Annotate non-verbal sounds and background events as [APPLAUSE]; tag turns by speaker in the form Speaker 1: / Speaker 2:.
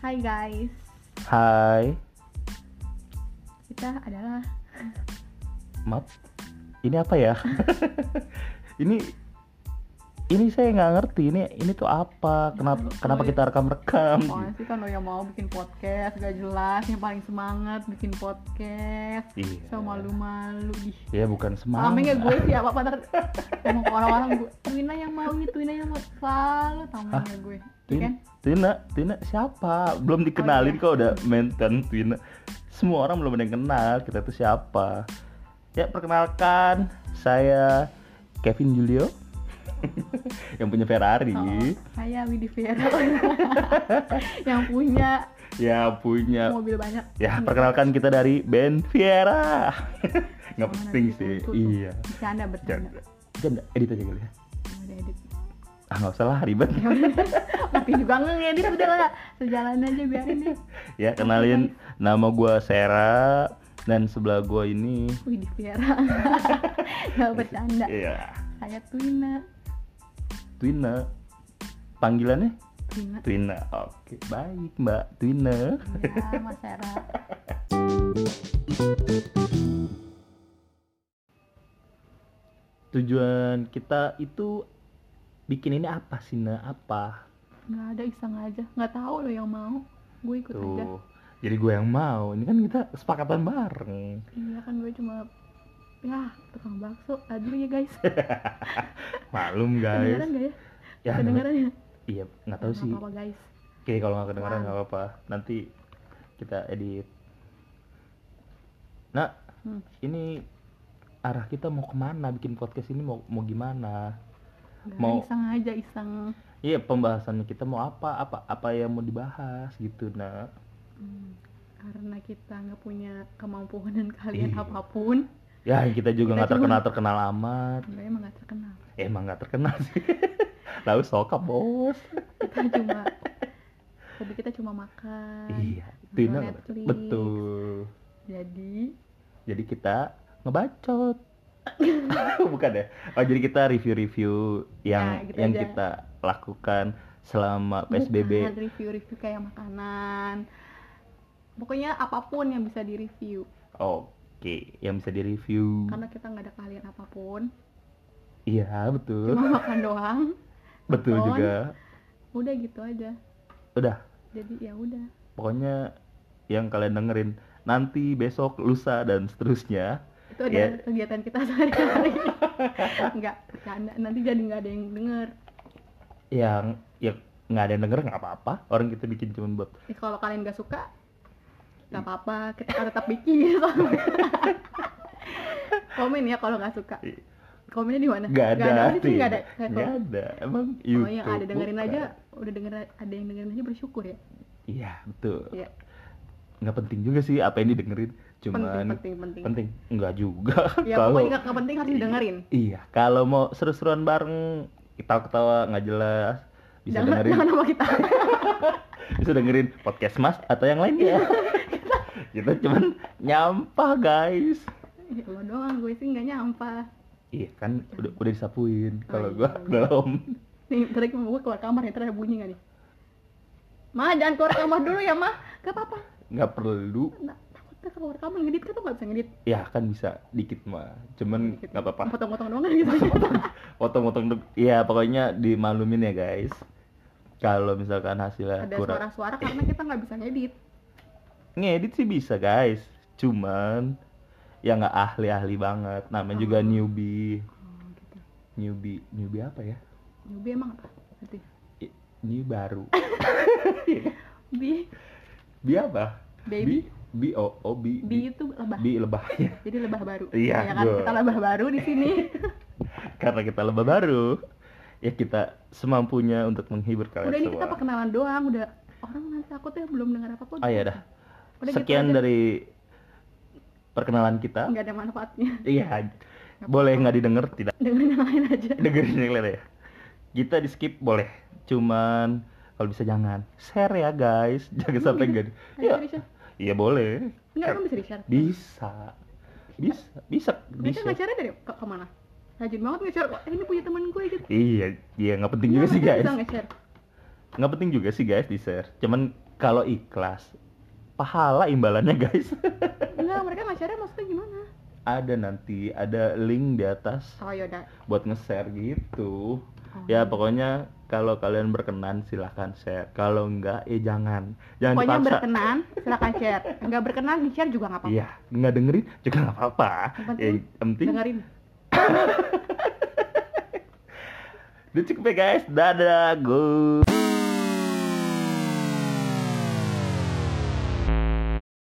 Speaker 1: Hai guys,
Speaker 2: Hai,
Speaker 1: kita adalah
Speaker 2: maaf. Ini apa
Speaker 1: [LAUGHS]
Speaker 2: ya? ini ini saya nggak ngerti ini ini tuh apa? Kenapa kenapa kita rekam-rekam?
Speaker 1: orang sih kan lo yang mau bikin podcast gak jelas, yang paling semangat bikin podcast,
Speaker 2: Iya.
Speaker 1: so malu-malu ih.
Speaker 2: Ya bukan
Speaker 1: Rame
Speaker 2: semangat.
Speaker 1: gak gue sih ya, apa-apa ntar ngomong ke orang-orang gue Twina yang mau nih, Twina yang mau selalu tamu gak gue Iya kan?
Speaker 2: Tin- Tina, Tina siapa? Belum dikenalin
Speaker 1: iya.
Speaker 2: kok udah maintain Tina. Semua orang belum ada yang kenal kita tuh siapa. Ya perkenalkan, saya Kevin Julio [LAUGHS] yang punya Ferrari.
Speaker 1: Oh, saya Widi Fiera [LAUGHS] yang punya
Speaker 2: Ya punya
Speaker 1: mobil banyak Iya.
Speaker 2: Ya, perkenalkan kita dari band
Speaker 1: [LAUGHS]
Speaker 2: Viera. Nggak penting sih. Iya.
Speaker 1: Bercanda, bercanda
Speaker 2: Jangan, jangan edit aja kali ya.
Speaker 1: Udah edit [LAUGHS]
Speaker 2: Ah, nggak usah lah, ribet.
Speaker 1: Iya. Tapi juga ngedit udah lah Sejalan aja biarin deh
Speaker 2: ya,
Speaker 1: Iya,
Speaker 2: kenalin nama gua Sera dan sebelah gua ini
Speaker 1: Widih
Speaker 2: [LAUGHS]
Speaker 1: Fiera Gak bercanda
Speaker 2: Iya.
Speaker 1: Saya Twina
Speaker 2: Twina. Panggilannya
Speaker 1: Twina
Speaker 2: Twina. Oke, baik, Mbak Twina.
Speaker 1: Ya Mas Era
Speaker 2: Tujuan kita itu bikin ini apa sih, Na? Apa?
Speaker 1: Gak ada iseng aja Gak tahu lo yang mau Gue ikut aja
Speaker 2: Tuh. Jadi gue yang mau. Ini kan kita kesepakatan bareng.
Speaker 1: Iya kan gue cuma Ya tukang bakso Aduh ya
Speaker 2: [LAUGHS]
Speaker 1: guys
Speaker 2: Maklum, guys.
Speaker 1: Kedengeran gak ya?
Speaker 2: Ya,
Speaker 1: Kedengeran ya?
Speaker 2: Iya, nggak tahu sih.
Speaker 1: apa guys
Speaker 2: Oke, kalau nggak kedengeran
Speaker 1: Apaan?
Speaker 2: nggak apa-apa. Nanti kita edit. Nah,
Speaker 1: Hmm.
Speaker 2: ini arah kita mau kemana? Bikin podcast ini mau mau gimana?
Speaker 1: Nggak,
Speaker 2: Mau-
Speaker 1: iseng aja iseng
Speaker 2: Iya, pembahasannya kita mau apa? Apa apa yang mau dibahas gitu, nah.
Speaker 1: Hmm, Karena kita nggak punya kemampuan dan kalian
Speaker 2: Iya.
Speaker 1: apapun
Speaker 2: Ya, kita juga nggak
Speaker 1: Kita cuma-
Speaker 2: terkenal terkenal amat. Eh,
Speaker 1: Gue emang gak terkenal
Speaker 2: Emang nggak terkenal sih. [LAUGHS] Lalu sokap bos.
Speaker 1: Kita cuma Hobi kita cuma makan
Speaker 2: Iya,
Speaker 1: nonton
Speaker 2: Tina
Speaker 1: Nah, Netflix.
Speaker 2: betul.
Speaker 1: Jadi
Speaker 2: Jadi kita ngebacot. [LAUGHS] Bukan ya. Oh, jadi kita review-review yang
Speaker 1: Nah, gitu
Speaker 2: yang
Speaker 1: aja.
Speaker 2: kita lakukan selama PSBB.
Speaker 1: Bukan review-review kayak makanan. Pokoknya apapun yang bisa direview.
Speaker 2: Oke, yang bisa direview.
Speaker 1: Karena kita nggak ada keahlian apapun.
Speaker 2: Iya, betul.
Speaker 1: Cuma makan doang.
Speaker 2: betul
Speaker 1: nonton.
Speaker 2: juga.
Speaker 1: Udah gitu aja.
Speaker 2: Udah,
Speaker 1: Jadi ya udah.
Speaker 2: pokoknya yang kalian dengerin nanti besok lusa dan seterusnya.
Speaker 1: Itu ada
Speaker 2: Ya.
Speaker 1: kegiatan kita [LAUGHS] sehari-hari. Enggak, bercanda. Nanti jadi nggak ada yang denger.
Speaker 2: Yang ya nggak ada yang denger nggak apa-apa. Orang kita bikin cuma buat
Speaker 1: Eh, kalau kalian nggak suka, nggak apa-apa. Kita akan tetap bikin. [LAUGHS] Komen ya kalau nggak suka. Komennya di mana?
Speaker 2: nggak ada.
Speaker 1: berarti Nah, nggak ada. Nggak
Speaker 2: Nggak
Speaker 1: ada.
Speaker 2: ada. Emang
Speaker 1: Kalau
Speaker 2: YouTube.
Speaker 1: yang ada dengerin
Speaker 2: bukan.
Speaker 1: aja, udah denger ada yang dengerin aja bersyukur ya.
Speaker 2: Iya, betul.
Speaker 1: Iya.
Speaker 2: nggak penting juga sih apa yang didengerin
Speaker 1: penting
Speaker 2: cuman penting,
Speaker 1: penting penting,
Speaker 2: nggak juga [LAUGHS]
Speaker 1: ya
Speaker 2: kalau
Speaker 1: pokoknya nggak nggak penting harus didengerin
Speaker 2: iya kalau mau seru-seruan bareng kita ketawa nggak jelas bisa
Speaker 1: jangan
Speaker 2: dengerin
Speaker 1: jangan sama kita [LAUGHS]
Speaker 2: bisa dengerin podcast mas atau yang
Speaker 1: Iya.
Speaker 2: [LAUGHS] lainnya kita cuman nyampah guys
Speaker 1: Ya, lo doang gue sih nggak nyampa
Speaker 2: iya kan udah, udah disapuin
Speaker 1: Oh,
Speaker 2: kalau
Speaker 1: iya.
Speaker 2: gua belum
Speaker 1: nih tadi gue keluar kamar ya tadi ada bunyi nggak nih Ma, jangan keluar kamar dulu ya, Ma. Gak apa-apa.
Speaker 2: nggak perlu
Speaker 1: Nah, takutnya keluar kamar ngedit kan tuh nggak bisa ngedit.
Speaker 2: ya kan bisa dikit mah cuman
Speaker 1: Dikit.
Speaker 2: nggak apa-apa
Speaker 1: Potong-potong doang kan
Speaker 2: [LAUGHS]
Speaker 1: gitu.
Speaker 2: potong-potong ya pokoknya dimalumin ya guys kalau misalkan hasilnya
Speaker 1: Ada
Speaker 2: Iya, kurang
Speaker 1: suara-suara karena kita nggak bisa ngedit.
Speaker 2: ngedit sih bisa guys cuman ya nggak ahli-ahli banget namanya juga
Speaker 1: Hmm.
Speaker 2: newbie
Speaker 1: Oh, gitu.
Speaker 2: newbie newbie apa ya
Speaker 1: Newbie emang apa? Nanti.
Speaker 2: I- ini baru
Speaker 1: Bi,
Speaker 2: bi apa
Speaker 1: Baby.
Speaker 2: bi bi oh, oh bi
Speaker 1: bi itu lebah.
Speaker 2: bi lebah [LAUGHS] ya
Speaker 1: Jadi lebah baru.
Speaker 2: Iya,
Speaker 1: Ya kan?
Speaker 2: gue.
Speaker 1: Kita lebah baru di sini.
Speaker 2: karena kita lebah baru ya kita semampunya untuk menghibur kalian
Speaker 1: udah ini
Speaker 2: semua
Speaker 1: kita perkenalan doang udah orang nanti takutnya belum dengar apa apa
Speaker 2: oh ya dah
Speaker 1: Udah gitu
Speaker 2: sekian
Speaker 1: aja.
Speaker 2: dari perkenalan kita
Speaker 1: nggak ada manfaatnya
Speaker 2: iya boleh nggak didengar tidak
Speaker 1: dengerin yang lain aja
Speaker 2: dengerin yang lain ya kita di skip boleh cuman kalau bisa jangan share ya guys [LAUGHS] jangan sampai enggak
Speaker 1: ya.
Speaker 2: iya iya boleh
Speaker 1: nggak kan bisa di share
Speaker 2: bisa bisa bisa
Speaker 1: mereka
Speaker 2: bisa
Speaker 1: nggak share dari ke kemana rajin banget nggak share kok eh, ini punya teman gue gitu
Speaker 2: iya iya nggak penting
Speaker 1: Iya,
Speaker 2: juga sih
Speaker 1: mereka
Speaker 2: guys
Speaker 1: bisa nggak share
Speaker 2: nggak penting juga sih guys di share cuman kalau ikhlas pahala imbalannya guys [LAUGHS]
Speaker 1: Enggak, mereka nge-share ya maksudnya gimana?
Speaker 2: ada nanti ada link di atas
Speaker 1: Oh yaudah.
Speaker 2: buat nge-share gitu
Speaker 1: Oh.
Speaker 2: ya pokoknya kalau kalian berkenan silahkan share kalau enggak ya jangan jangan
Speaker 1: Pokoknya
Speaker 2: dipaksa
Speaker 1: berkenan, silakan share. Enggak berkenan, di-share juga nggak apa-apa.
Speaker 2: iya nggak dengerin juga nggak apa-apa
Speaker 1: Yang
Speaker 2: ya,
Speaker 1: penting
Speaker 2: yang penting
Speaker 1: Dengerin.
Speaker 2: udah cukup ya guys dadah go